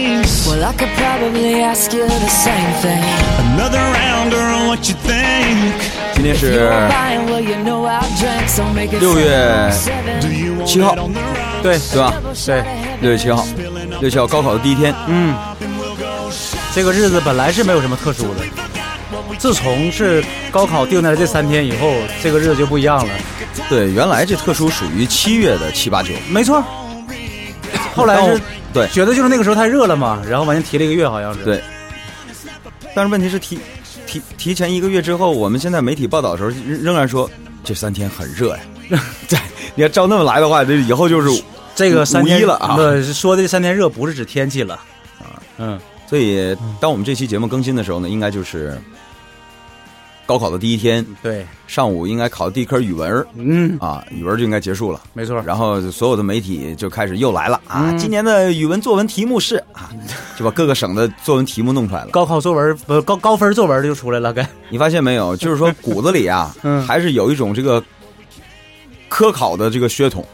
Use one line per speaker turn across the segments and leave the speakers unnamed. I could probably ask you the same thing.
Another rounder on what you think.
今天
If
是
you're buying, well, you know I'll drink, so make it
六月
seven.
Do you want
七号
it on the rise?
对
对吧？
Double shot of heaven.
六月七号，六月七号高考的第一天，
嗯，这个日子本来是没有什么特殊的，自从是高考定在这三天以后，这个日子就不一样了。
对，原来这特殊属于七月的七八九，
没错，后来是
对
觉得就是那个时候太热了嘛，然后往前提了一个月，好像是。
对，但是问题是提提提前一个月之后，我们现在媒体报道的时候仍仍然说这三天很热呀。对，你要照那么来的话，这以后就是，
这个三
五
天
一了啊
不说的这三天热不是指天气了啊，嗯，
所以当我们这期节目更新的时候呢，应该就是高考的第一天
对，
上午，应该考第一科语文儿
嗯，
啊，语文就应该结束了。
没错，
然后所有的媒体就开始又来了啊！
嗯
今年的语文作文题目是 啊，就把各个省的作文题目弄出来了。
高考作文不高高分作文就出来了，该
你发现没 有？就是说骨子里啊，
嗯
还是有一种这个科考的这个血统，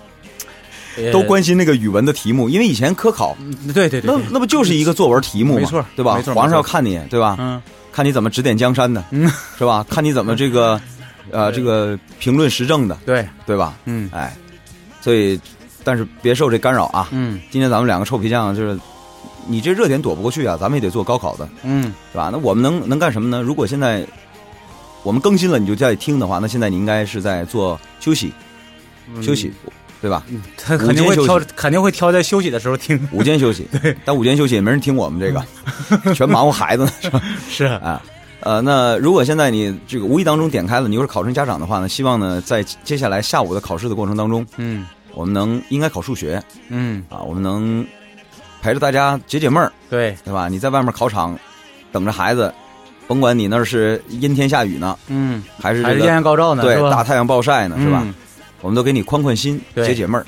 都关心那个语文的题目，因为以前科考
对对对
那
对，
那不就是一个作文题目吗？
嗯没错
对吧
没？错
皇上要
没错
看你，对吧？
嗯，
看你怎么指点江山的，
嗯
是吧？看你怎么这 个呃这个评论时政的，
对，
对吧？
嗯
哎，所以但是别受这干扰啊！
嗯
今天咱们两个臭皮匠就是。你这热点躲不过去啊，咱们也得做高考的，
嗯，
对吧？那我们能能干什么呢？如果现在我们更新了，你就在听的话，那现在你应该是在做休息，休息，对 吧？
他肯定会
午间休
挑，
息
肯定会挑在休息的时候听，
午间休息，但午间休息也没人听我们这个， 全忙活孩子呢，是吧？
是
啊，呃，那如果现在你这个无意当中点开了，你又是考生家长的话呢，希望呢在接下来下午的考试的过程当中，
嗯
我们能应该考数学
嗯，
啊，我们能陪着大家解解闷儿，
对，
对吧？你在外面考场等着孩子，甭管你那儿是阴天下雨呢，
嗯，
还是
还
这
是
个
艳阳高照呢，
对
是吧
大太阳暴晒呢，是吧？？
嗯
我们都给你宽宽心，
对
解解闷儿，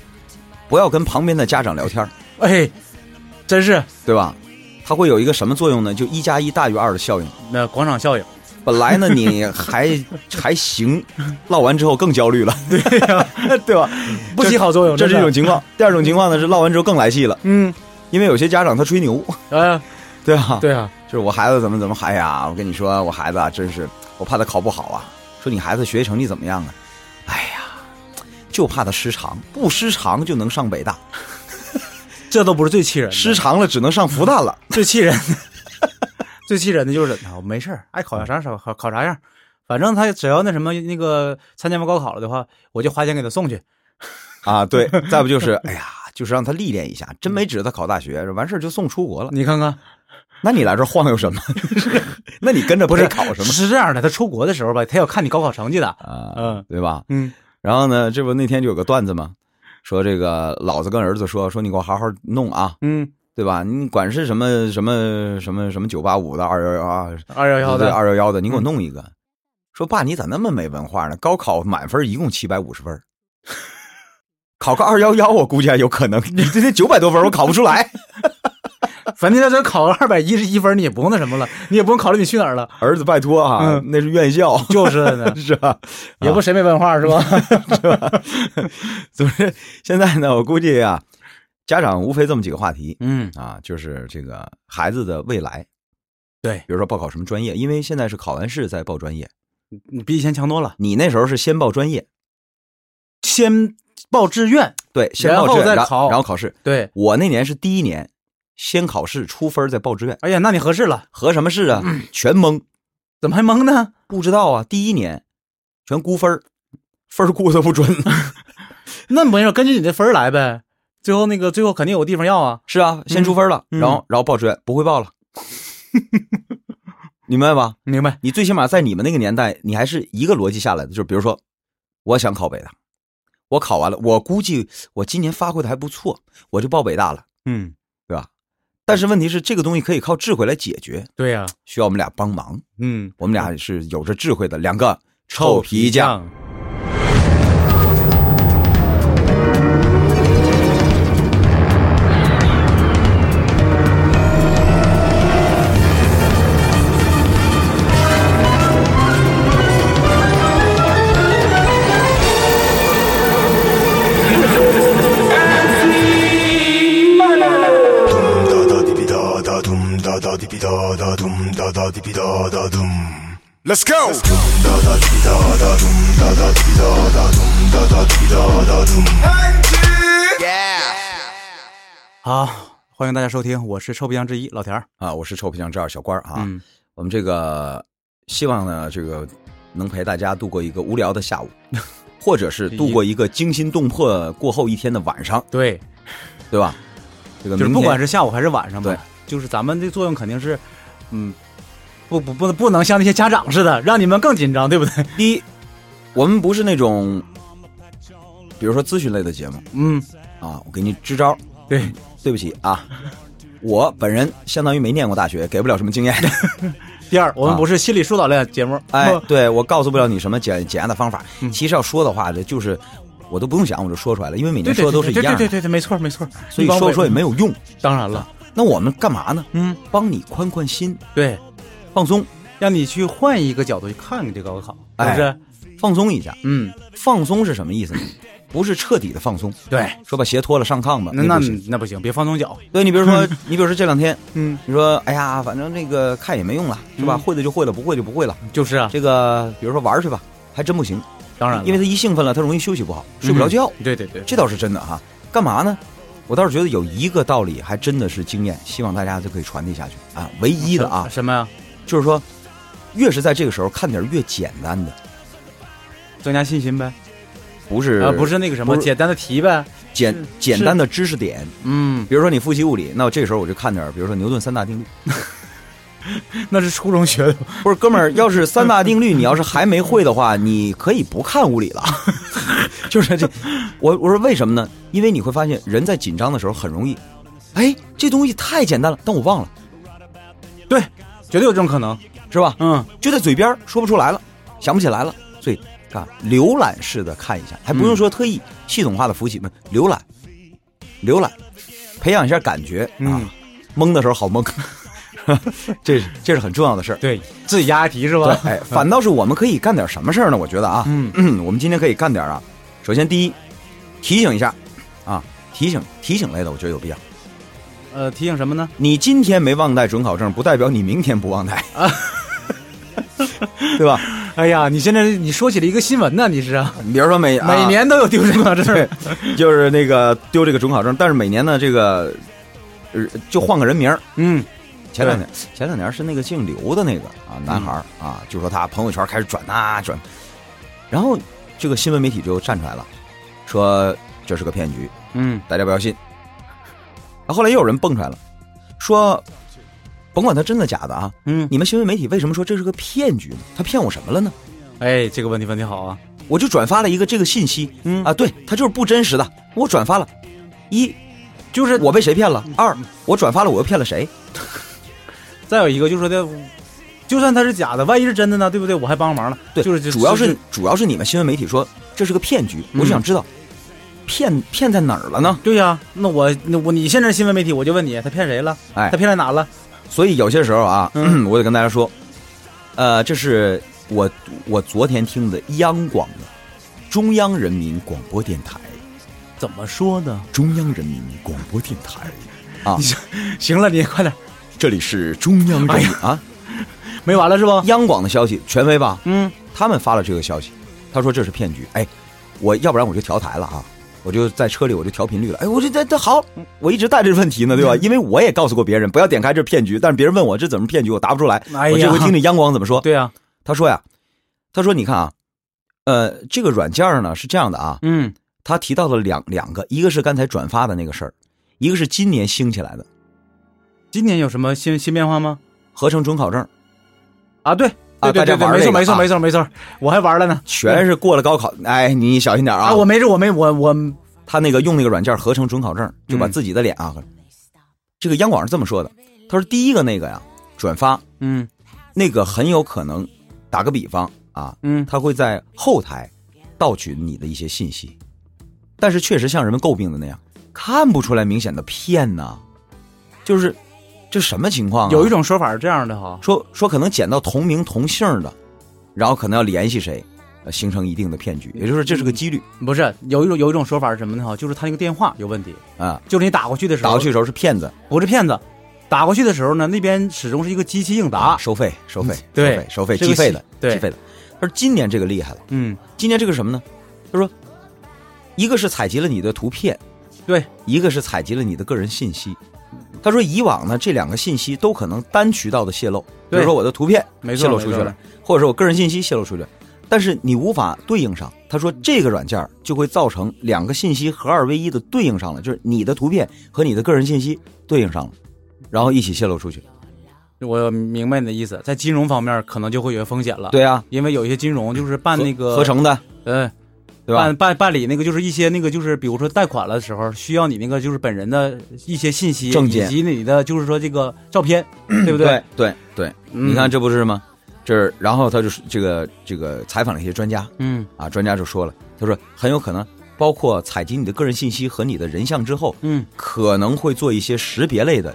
不要跟旁边的家长聊天儿，
哎，真是
对吧？它会有一个什么作用呢？就一加一大于二的效应。
那广场效应，
本来呢，你还 还行，唠完之后更焦虑了，对呀，对吧？
不起好作用，
这是一
真的
种，情 况。第二种情况呢是唠完之后更来气了，
嗯，
因为有些家长他吹牛，
啊，
对吧？，
对啊，
就是我孩子怎么怎么，哎呀，我跟你说，我孩子啊，真是，我怕他考不好啊。说你孩子学习成绩怎么样啊？哎呀，就怕他失常，不失常就能上北大，
这都不是最气人的，
失常了只能上复旦 了。
最气人的，最气人的就是啊，我没事儿，爱考啥啥考考啥样，反正他只要那什么那个参加完高考了的话，我就花钱给他送去。
啊，对，再不就是，哎呀，就是让他历练一下，真没指着他考大学，完事儿就送出国了。
你看看，
那你来这儿晃悠什 么？那你跟着
不
陪
是
考什么
是这样的，他出国的时候吧，他要看你高考成绩的。
啊？
嗯
对吧？
嗯
然后呢，这不那天就有个段子嘛，说这个老子跟儿子说，说你给我好好弄啊，
嗯，
对吧？你管是什么什么什么什么九八五的二幺幺啊，
二幺幺
对
的，嗯
二幺幺的，你给我弄一个。说爸，你咋那么没文化呢？高考满分一共七百五十分儿， 考个二幺幺，我估计还有可能。你这这九百多分儿，我考不出来。
反正在这考个二百一十一分，你也不用那什么了，你也不用考虑你去哪儿了，
儿子，拜托啊，
嗯
那是院校，，
就是呢
是吧？
也不谁没文化是吧？
总之，现在呢，我估计啊，家长无非这么几个话题
嗯，
啊，就是这个孩子的未来，
对
比如说报考什么专业，因为现在是考完试再报专业，
你比以前强多了，
你那时候是先报专业，
先报志愿，
对，先报志愿，
然后再
然
考
然后考试。
对，
我那年是第一年，先考试出分再报志愿，
哎呀，那你合适了，
合什么事啊？
嗯
全蒙，
怎么还懵呢？
不知道啊，第一年全估分儿分儿估的不 准。
那没有，根据你的分儿来呗。最后那个，最后肯定有个地方要啊。
是啊，先出分了，
嗯
然后然后报志愿，不会报了， 你明白吧？
明白，
你最起码在你们那个年代，你还是一个逻辑下来的，就是比如说，我想考北大，我考完了，我估计我今年发挥的还不错，我就报北大了，
嗯，
对吧？但是问题是，这个东西可以靠智慧来解决，
对呀、
需要我们俩帮忙。
嗯，
我们俩是有着智慧的两个臭皮匠。，
da da di bi da da dum Let's go. Yeah.
好，欢迎大家收听，我是臭皮匠之一老田儿。
啊，我是臭皮匠这二小官儿啊。
嗯，
我们这个希望呢，这个能陪大家度过一个无聊的 下午，或者是度过一个惊心动魄过后一天的晚上，
对，
对吧？这个
就是
明
不
天
管是下午还是晚上吧
对，
就是咱们的作用肯定是，嗯，不不不不能像那些家长似的，让你们更紧张，对不对？
第一，我们不是那种，比如说咨询类的节目
嗯，
啊，我给你支招儿，
对，
对不起啊，我本人相当于没念过大学，给不了什么经验。
第二，我们
啊
不是心理疏导类的节目，
哎
不，
对我告诉不了你什么简简单的方法。
嗯
其实要说的话，这就是我都不用想，我就说出来了，因为每
对
年
对
说的
对
都是一
对对
样
对
的，
对对，没错没错。
所以说说也没
嗯
有用。
当然了，
那我们干嘛呢？
嗯，
帮你宽宽心，
对，
放松，
让你去换一个角度去看这个高考，是不是？
放松一下。
嗯，
放松是什么意思呢？不是彻底的放松，
对，
说把鞋脱了上炕吧，
那
那
那
不行。
那不行，别放松脚。
对你比如 说，你比如说这两天，
嗯，
你说，哎呀，反正那个看也没用了，是吧？
嗯
会的就会了，不会就不会了。
就是啊，
这个比如说玩儿去吧，还真不行，
当然了，
因为他一兴奋了，他容易休息不好，睡不着觉，
嗯对对对，
这倒是真的哈。干嘛呢？我倒是觉得有一个道理，还真的是经验，希望大家就可以传递下去啊。唯一的 啊，
什么呀？
就是说，越是在这个时候看点越简单的，
增加信心呗，
不是
啊，不是嗯那个什么
不是
简单的题呗。
简
是
简单的知识点，
嗯，
比如说你复习物理，那我这个时候我就看点儿，比如说牛顿三大 定律。
那是初中学的，
不是，哥们儿，要是三大定律你要是还没会的话，你可以不看物理了。 就是这，我我说为什么呢？因为你会发现人在紧张的时候很容易，哎，这东西太简单了，但我忘了，
对，绝对有这种可能。
是吧？
嗯，
就在嘴边儿说不出来了，想不起来了，所以看浏览式的看一下，还
嗯
不用说特意系统化的复习，不浏览，浏览，培养一下感觉啊
嗯，
懵的时候好 懵，这是这是很重要的事儿。
对自己押题是吧？
对，哎，反倒是我们可以干点什么事儿呢？我觉得啊，
嗯
我们今天可以干点啊。首先，第一，提醒一下，啊，提醒提醒类的，我觉得有必要。
呃，提醒什么呢？
你今天没忘带准考证，不代表你明天不忘带 啊，对吧？
哎呀，你现在你说起了一个新闻呢，你是啊
你比如说每、啊
每年都有丢人考证。
就是那个丢这个准考证，但是每年呢，这个呃就换个人名儿。
嗯，
前两年前两年是那个姓刘的那个啊男孩儿、啊，就说他朋友圈开始转啊转，然后这个新闻媒体就站出来了，说这是个骗局，
嗯，
大家不要信。然后后来又有人蹦出来了，说甭管他真的假的啊，
嗯
你们新闻媒体为什么说这是个骗局呢？他骗我什么了呢？
哎，这个问题问题好啊。
我就转发了一个这个信息，
嗯
啊，对他就是不真实的，我转发了，一
就是
我被谁骗
嗯
了？二，我转发了，我又骗了谁？
再有一个就是说的，就算它是假的，万一是真的呢，对不对？我还帮忙了。
对，
就是
主要、
就是嗯
主要是你们新闻媒体说这是个骗局，我就想知道，骗骗在哪儿了呢？
对呀、那我那我你现在是新闻媒体，我就问你，他骗谁了？
哎
他骗在哪了？
所以有些时候啊，
嗯
我得跟大家说，呃，这是我我昨天听的央广的中央人民广播电台，
怎么说呢？
中央人民广播电台啊，
行了，你快点，
这里是中央人民、啊，
没完了是吧？
央广的消息权威吧？
嗯，
他们发了这个消息，他说这是骗局。哎，我要不然我就调台了啊，我就在车里我就调频率了。哎，我这这这好，我一直带着问题呢，对
嗯
吧？因为我也告诉过别人不要点开这骗局，但是别人问我这怎么骗局，我答不出来。
哎呀
我这回听听央广怎么说。
对呀、
他说呀，他说你看啊，呃，这个软件呢是这样的啊，
嗯，
他提到了两两个，一个是刚才转发的那个事儿，一个是今年兴起来的
今年有什么新新变化吗？
合成准考证，
啊，对，
啊
对对
大家
对对，
玩
没
这
错
个
没错
啊
没错没错，我还玩了呢。
全是过了高考。哎，你小心点啊！
嗯啊，我没事，我没我我
他那个用那个软件合成准考证，就把
嗯
自己的脸啊，这个央广是这么说的，他说第一个那个呀转发
嗯
那个很有可能，打个比方啊，
嗯
他会在后台盗取你的一些信息，但是确实像人们诟病的那样，看不出来明显的骗呐、就是这什么情况、啊？
有一种说法是这样的哈，
说说可能捡到同名同姓的，然后可能要联系谁，呃形成一定的骗局，也就是这是个
嗯
几率
不是有一种有一种说法是什么呢哈，就是他那个电话有问题，
啊。
就是你打过去的时候，
打过去的时候是骗子，
不是骗子，打过去的时候呢，那边始终是一个机器应答。
收费，收费，
啊对
收费收费，
这个
计费的
系，对
计费的。他说今年这个厉害了，
嗯，
今年这个什么呢？他说，一个是采集了你的图片，
对，
一个是采集了你的个人信息。他说以往呢，这两个信息都可能单渠道的泄露，比
对
如说我的图片
没错
泄露出去
没
了
错，
或者是我个人信息泄露出去了，但是你无法对应上。他说这个软件儿就会造成两个信息合二为一的对应上了，就是你的图片和你的个人信息对应上了，然后一起泄露出去。
啊我明白你的意思，在金融方面可能就会有风险了。，
对啊，
因为有一些金融就是办那个
合成的，
嗯，
对吧
办？办办理那个就是一些那个就是比如说贷款了的时候，需要你那个就是本人的一些信息，
证件
以及你的就是说这个照 片，对不对？
对对，
嗯
你看这不是吗？这是然后他就是这个这个采访了一些专家
嗯
啊，专家就说了，他说很有可能包括采集你的个人信息和你的人像之后，
嗯，
可能会做一些识别类的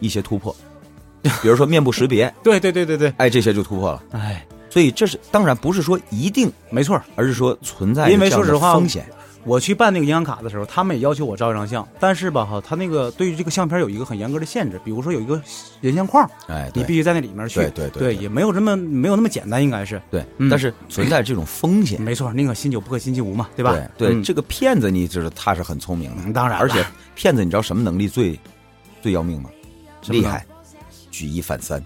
一些突破， 比如说面部识别，
对对对对对，
哎，这些就突破了。
哎，
所以这是当然不是说一定，
没错儿。
而是说存在着
因为
这样的
说实话
风险，
我去办那个银行卡的时候，他们也要求我照一张相，但是吧哈，他那个对于这个相片有一个很严格的限制，比如说有一个人像框，
哎，
你
对
必须在那里面去。
对对对
对，
对
也没有这么没有那么简单，应该是
对，
嗯
但是存在这种风险。
没错，宁可信酒不可信其无嘛，对吧？
对，
嗯
这个骗子你知道他是很聪明的，
嗯当然了
而且骗子你知道什么能力最最要命吗？
什
厉
么呢
害，举一反三。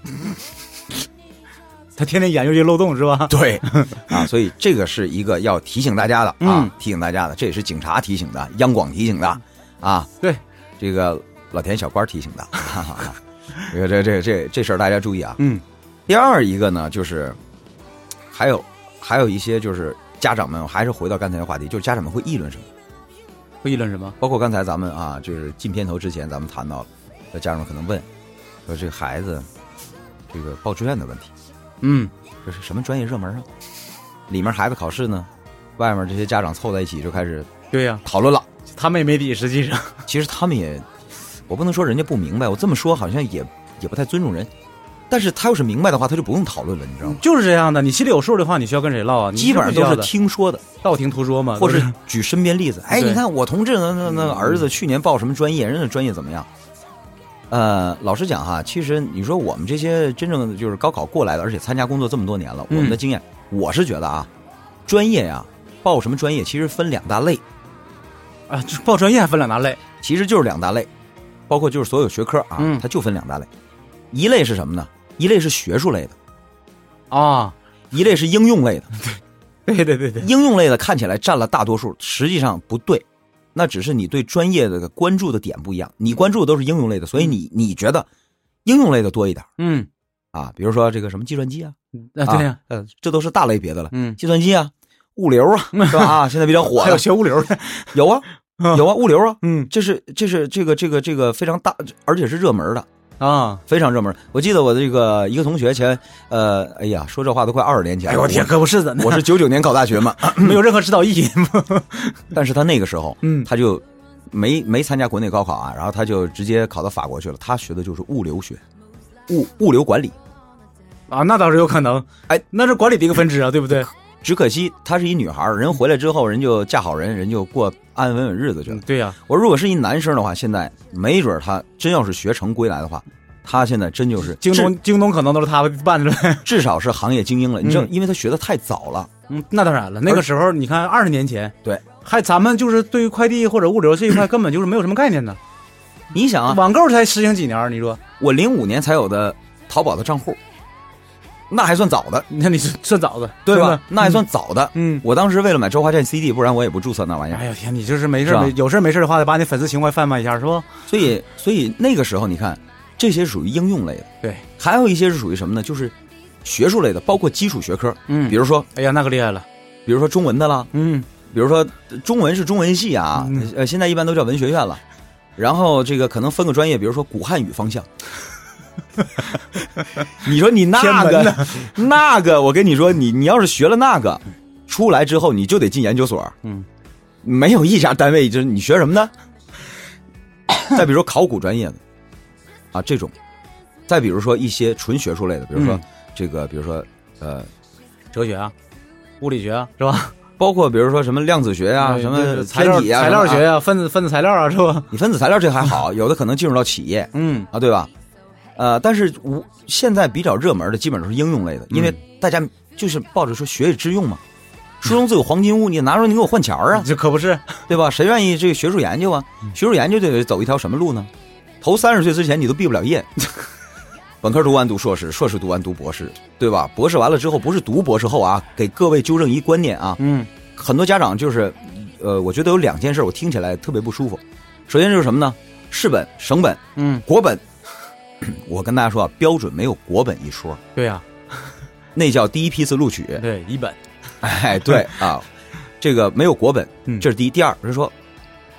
他天天研究这些漏洞是吧？
对 啊，所以这个是一个要提醒大家的啊
嗯，
提醒大家的，这也是警察提醒的，央广提醒的啊，
对，
这个老田小官提醒的。 哈哈哈这个这这这这事儿大家注意啊。
嗯，
第二一个呢，就是还有还有一些就是家长们，还是回到刚才的话题，就是家长们会议论什么。
会议论什么？
包括刚才咱们啊，就是进片头之前，咱们谈到了，有家长可能问，说这个孩子这个报志愿的问题，
嗯，
这是什么专业热门啊？里面孩子考试呢，外面这些家长凑在一起就开始
对呀、
讨论了。
他们也没底，实际上，
其实他们也，我不能说人家不明白，我这么说好像也也不太尊重人，但是他要是明白的话，他就不用讨论了，你知道吗？
就是这样的。你心里有数的话，你需要跟谁唠啊？你
基本上
需不
都
需要
是
的
听说的，
道听途说嘛，
或
都
是举身边例子。哎，
对
你看我同志那那那儿子去年报什么专业，人家专业怎么样？呃，老实讲哈，其实你说我们这些真正就是高考过来的，而且参加工作这么多年了，我
嗯
们的经验，我是觉得啊，专业呀、报什么专业其实分两大类，
啊，就是报专业还分两大类。
其实就是两大类，包括就是所有学科啊，
嗯
它就分两大类，一类是什么呢？一类是学术类的，
啊，
一类是应用类的。
对对对对，
应用类的看起来占了大多数，实际上不对，那只是你对专业的关注的点不一样。你关注的都是应用类的，所以你你觉得应用类的多一点
嗯，
啊，比如说这个什么计算机啊，
啊对呀、
呃，这都是大类别的了。
嗯，
计算机啊，物 流啊，是吧？啊，现在比较火
还有
的
学物流的，
有啊，有啊，物流啊，
嗯
这是这是这个这个这个非常大，而且是热门的，
啊，
非常热门。我记得我的这个一个同学前，呃，哎呀，说这话都快二十年前了。
哎呦我天，可不是的，
我是九九年考大学 嘛，
没有任何指导意 义。
但是他那个时候，
嗯
他就没没参加国内高考啊，然后他就直接考到法国去了。他学的就是物流学，物物流管理。
啊，那倒是有可能。
哎，
那是管理的一个分支啊，对不对？
只可惜她是一女孩儿，人回来之后，人就嫁好人，人就过安安稳稳日子去了
嗯。对呀、
我如果是一男生的话，现在没准儿他真要是学成归来的话，他现在真就是
京
至
东京东可能都是他办的。
至少是行业精英了。你知道，
嗯
因为他学的太早了，
嗯，那当然了，那个时候你看二十年前，
对，
还咱们就是对于快递或者物流这一块根本就是没有什么概念呢。
你想啊，
网购才实行几年儿，你说，
我零五年才有的淘宝的账户，那还算早的，
那你是算早的，
对
真
吧
的？
那还算早的。
嗯。
我当时为了买周华健 CD，不然我也不注册那玩意儿。
哎呀天，你就是没事
是吧
没有事没事的话，得把你粉丝情怀贩卖一下，是不？
所以，所以那个时候你看，这些属于应用类的，
对，
还有一些是属于什么呢？就是学术类的，包括基础学科，
嗯
比如说，
哎呀，那可厉害了，
比如说中文的啦，
嗯，
比如说呃中文是中文系啊，
嗯
呃，现在一般都叫文学院了。然后这个可能分个专业，比如说古汉语 方向。你说你那
天文
个 那个，我跟你说，你你要是学了那个，出来之后你就得进研究所。
嗯，
没有一家单位就是你学什么 呢？再比如说考古专业的啊，这种；再比如说一些纯学术类的，比如说、
嗯
这个，比如说呃，
哲学啊，物理学啊，是吧？
包括比如说什么量子学啊，
哎对
什
就是
么
材料
天体啊，
材料
什么啊
学啊，分子分子材料啊，是吧？
你分子材料这还好，有的可能进入到企业
嗯，
啊，对吧？呃，但是我现在比较热门的基本都是应用类的，因为大家就是抱着说学以致用嘛。书中自有黄金屋，你拿出来你给我换钱儿啊，
这可不是，
对吧？谁愿意这个学术研究啊？
嗯
学术研究得走一条什么路呢？头三十岁之前你都毕不了业， 本科读完读硕士，硕士读完读博士，对吧？博士完了之后不是读博士后啊，给各位纠正一观念啊，
嗯
很多家长就是，呃，我觉得有两件事我听起来特别不舒服。首先就是什么呢？市本、省本、
嗯，
国本。 我跟大家说啊，标准没有国本一说，
对呀、
那叫第一批次录取。
对，一本，
哎，对啊，这个没有国本，
嗯
这是第一。第二是说，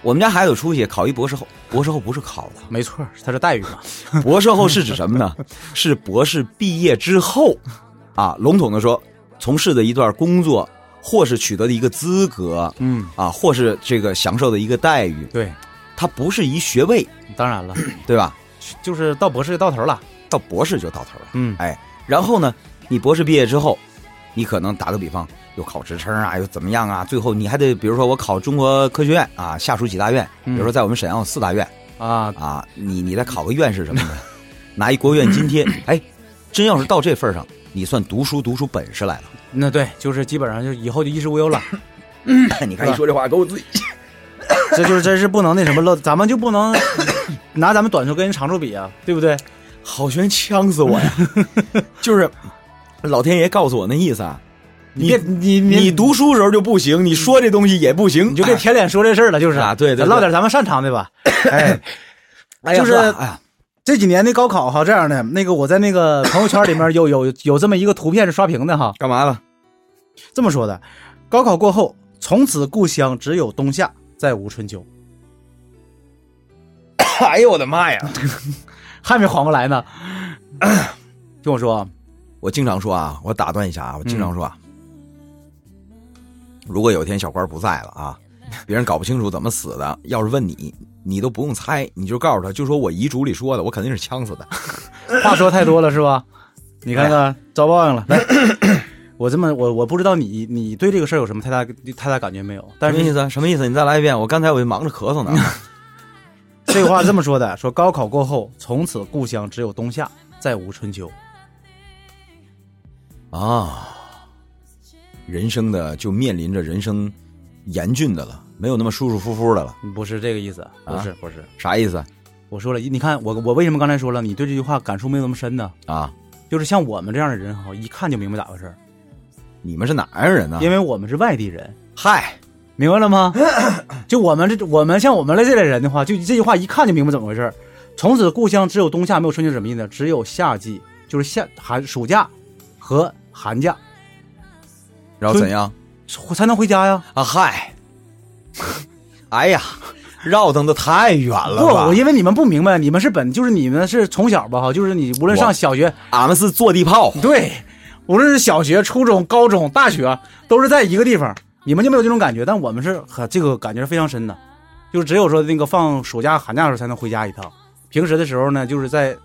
我们家孩子出去考一博士后，博士后不是考 的，
没错，它是待遇嘛，
博士后是指什么呢？是博士毕业之后，啊，笼统的说，从事的一段工作，或是取得的一个资格，
嗯，
啊，或是这个享受的一个待遇，
对，
它不是一学位，
当然了，
对吧？
就是到博士就到头了，
到博士就到头了。
嗯，
哎，然后呢，你博士毕业之后，你可能打个比方，又考职称啊，又怎么样啊？最后你还得，比如说我考中国科学院啊，下属几大院，比如说在我们沈阳有四大院
啊，
啊，你你再考个院士什么的， 拿一国务院津贴，哎，真要是到这份儿上，你算读书读出本事来了。
那对，就是基本上就以后就衣食无忧了，
你看一说这话，给我醉。
这就是真是不能那什么了，咱们就不能拿咱们短处跟人长处比啊，对不对？
郝旋呛死我呀！就是老天爷告诉我那意思啊，你
别你
你
你
读书时候就不行，你说这东西也不行，哎
你就别舔脸说这事儿了，就是
啊对对对
咱唠点咱们擅长的吧。哎，
哎呀
就是
呵哎呀
这几年的高考哈，这样的那个我在那个朋友圈里面有有有这么一个图片是刷屏的哈，
干嘛了？
这么说的：高考过后，从此故乡只有冬夏，再无春 秋。
哎呦我的妈呀！
还没缓过来呢。 听我说啊，
我经常说啊，我打断一下啊，我经常说啊，如果有一天小官不在了 啊，别人搞不清楚怎么死的，要是问你，你都不用猜，你就告诉他，就说我遗嘱里说的，我肯定是呛死的。
话说太多了是吧？你看看遭报应了。来， 我这么我我不知道你你对这个事儿有什么太大太大感觉没有？但
什么意
是
思 啊？什么意思？你再来一遍，我刚才我就忙着咳 嗽呢。
这话是这么说的：说高考过后，从此故乡只有冬夏，再无春秋。
啊，人生的就面临着人生严峻的了，没有那么舒舒服服的了。
不是这个意思，不是、不是。
啥意思
我说了，你看我我为什么刚才说了，你对这句话感触没有那么深呢？
啊？
就是像我们这样的人哈，一看就明白咋回事儿，
你们是哪儿人呢、
因为我们是外地人，
嗨，
明白 了吗？就我们这，我们像我们类这类人的话，就这句话一看就明白怎么回事儿。从此故乡只有冬夏，没有春秋，什么意思呢？只有夏季，就是夏寒暑假和寒假
然后怎样
才能回家呀。
啊？嗨，哎呀，绕腾的太远了
不，
吧？
我因为你们不明白，你们是本就是你们是从小吧哈，就是你无论
我
上小学，
俺们是坐地炮，
对，无论是小学、初中、高中、大学，都是在一个地方，你们就没有这种感觉，但我们是很这个感觉是非常深的，就是只有说那个放暑假、寒假的时候才能回家一趟，平时的时候呢，就是在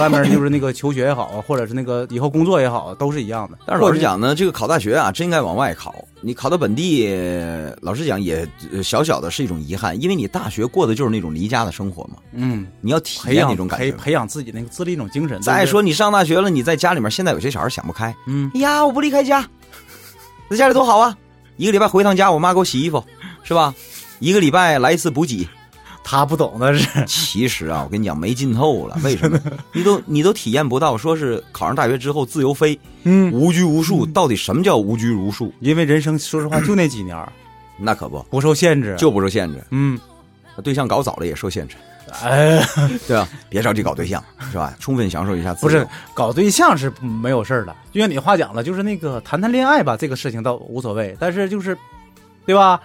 外面就是那个求学也好啊，或者是那个以后工作也好啊，都是一样的。
但是老实，讲呢，这个考大学啊，真应该往外考。你考到本地，老实讲也呃小小的是一种遗憾，因为你大学过的就是那种离家的生活嘛，
嗯，
你要体
培
验
养
那种感
培
觉。
培养自己那个自立那种精神。
再
对不对
说，你上大学了，你在家里面，现在有些小孩想不开，
嗯，
哎呀，我不离开家，在家里多好啊！一个礼拜回趟家，我妈给我洗衣服，是吧？一个礼拜来一次补给。
他不懂的是，
其实啊，我跟你讲，没劲透 了。为什么？你都你都体验不到，说是考上大学之后自由飞，
嗯，
无拘无束，到底什么叫无拘无束？
因为人生说实话就那几年儿，
那可不，
不受限制，
就不受限制。
嗯，
对象搞早了也受限 制，
哎。
对吧？别着急搞对象，是吧？充分享受一下自
不
由。
是搞对象是没有事儿的，就像你话讲了，就是那个谈谈恋爱吧，这个事情倒无所谓，但是就是，对吧？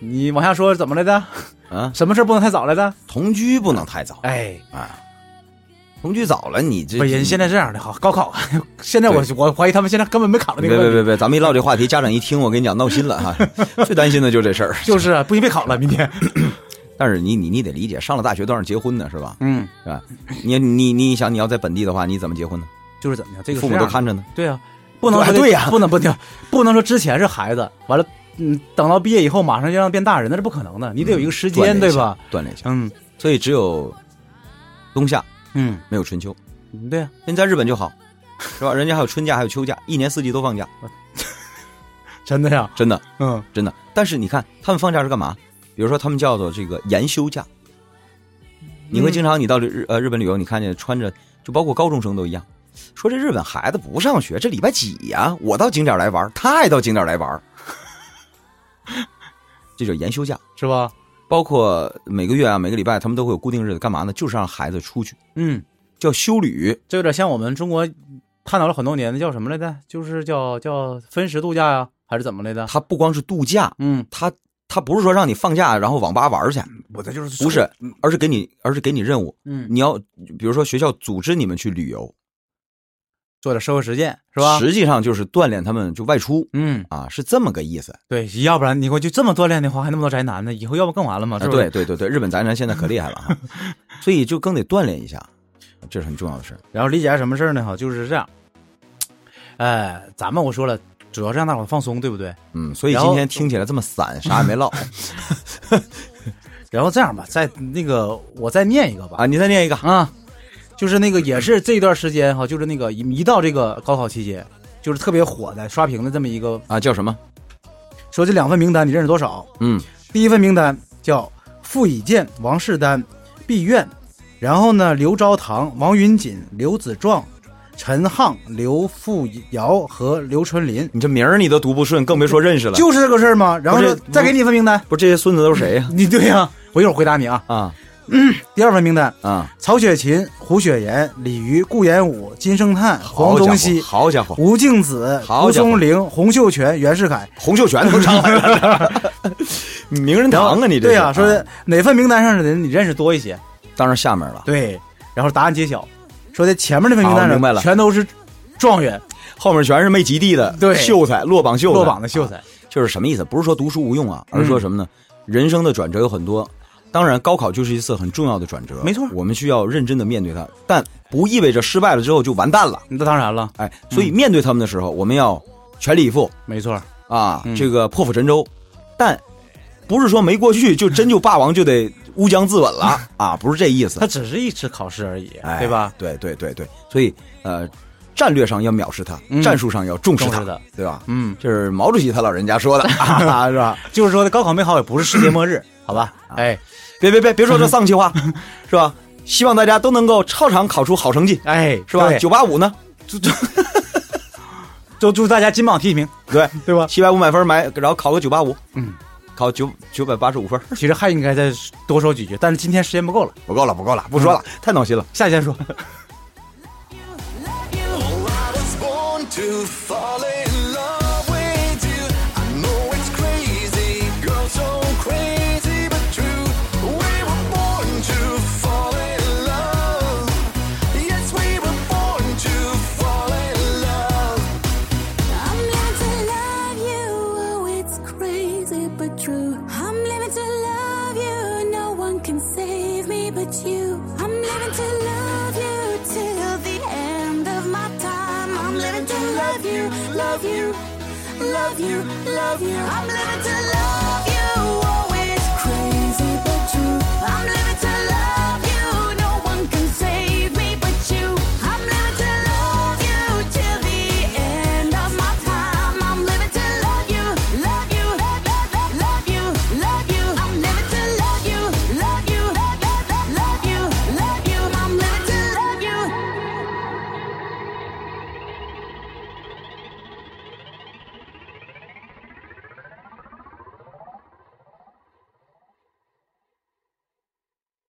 你往下说怎么来的？
啊，
什么事儿不能太早来的？
同居不能太早，啊
哎，
同居早了你这
不是人现在这样的哈，高考，现在我我怀疑他们现在根本没考虑
别
那个
别
问题，
别别，咱们一唠这话题，家长一听，我跟你讲闹心了 哈。最担心的就是这事儿。
就是啊不行，别考了，明天。
但是你你你得理解，上了大学都让结婚呢，是吧？
嗯，
是吧？你你你想你要在本地的话，你怎么结婚呢？
就是怎么样，这个
父母都看
着。
着呢。
对啊，不能说
对呀
不能不能不能说之前是孩子，完了，嗯，等到毕业以后马上就让变大人，那是不可能的，你得有一个时
锻炼
间，
一
对
下嗯
吧？？
锻炼一下。
嗯
所以只有冬夏
嗯，
没有春秋，
嗯对呀、
人在日本就好，是吧？人家还有春假，还有秋假，一年四季都放假，
真的呀，
真的
嗯，
真的。但是你看他们放假是干嘛？比如说他们叫做这个研修假，你会经常你到日呃日本旅游，你看见穿着就包括高中生都一样，说这日本孩子不上学，这礼拜几呀、我到景点来玩，他也到景点来玩， 这叫研修假。
是吧？
包括每个月啊，每个礼拜他们都会有固定日子，干嘛呢？就是让孩子出去，
嗯，
叫休旅。
这有点像我们中国探讨了很多年的叫什么来着？就是叫叫分时度假呀、还是怎么来的？
他不光是度假，
嗯，
他他不是说让你放假然后网吧玩去，
我这就是
不是，而是给你，而是给你任务，
嗯，
你要比如说学校组织你们去旅游，
做点社会实践是吧？
实际上就是锻炼他们就外出
嗯，
啊，是这么个意思。
对，要不然你给我就这么锻炼的话，还那么多宅男呢，以后要不更完了吗？
啊
是不
对
是？
对对对，日本宅男现在可厉害了 哈，所以就更得锻炼一下，这是很重要的事儿。
然后理解什么事儿呢？哈，就是这样。哎，咱们我说了，主要是让大伙儿放松，对不对？
嗯，所以
然
今
后
天听起来这么散，啥也没 唠
然后这样吧，再那个我再念一个吧。
啊。你再念一个，
啊，就是那个也是这段时间哈，就是那个一一到这个高考期间，就是特别火的刷屏的这么一个，
啊，叫什么？
说这两份名单你认识多少？
嗯，
第一份名单叫傅以健、王世丹、毕苑，然后呢刘昭堂、王云锦、刘子壮、陈沆、刘富尧和刘春林，
你这名儿你都读不顺，更别说认识了。
就是这个事儿吗？然后呢
不是
再给你一份名单，
不是这些孙子都是谁呀、
你对呀、我一会儿回答你啊。
啊？
第二份名单，
啊
曹雪芹、胡雪岩、李渔、顾炎武、金圣叹、黄
好家
宗
伙
羲、
好家伙，
吴敬梓、
好
蒲
家伙
松龄、洪秀全、袁世凯。
洪秀全都上来了， 名人堂啊！你这
对
呀、
呀、说的哪份名单上的人你认识多一些？
当然下面了，
对，然后答案揭晓，说的前面那份名
啊
单
我明白
上
了
全都是状元
后面全是没及第的，
对
秀才落榜秀才啊
落榜的秀才。
就是什么意思？不是说读书无用啊，
嗯
而是说什么呢？人生的转折有很多，当然高考就是一次很重要的转折，
没错
我们需要认真的面对它，但不意味着失败了之后就完蛋了。
那当然了，
哎，所以面对他们的时候，我们要全力以赴
没错，
啊，
嗯
这个破釜沉舟，但不是说没过去就真就霸王就得乌江自刎 了啊，不是这意思
他。只是一次考试而已，
哎
对吧？？
对对对对，所以呃，战略上要藐视他，
嗯
战术上要重视
重
他，
视他
对吧？
嗯，
这是毛主席他老人家说的，啊是吧？
就是说高考没好也不是世界 末日，好吧？
啊
哎
别别别别 说这丧气话，是吧？希望大家都能够超常考出好成绩，
哎，
是吧？
对
九八五呢？
就祝大家金榜题名，
对，
对吧？
七百五满分买，然后考个九八五，
嗯，
考九九百八十五分，
其实还应该再多说几句，但是今天时间不够了，
不够了，不够了，不说了，嗯太闹心了。
下期再说。
I was born to fall in love with you. I know it's crazy, girl, so crazy but true. We were born to fall in love. Yes, we were born to fall in love.
I'm living to love you. Oh, it's crazy but true. I'm living to love you. No one can save me but you. I'm living to love you till the end of my time. I'm living to love you, oh, love you, love you, love you. I'm living to love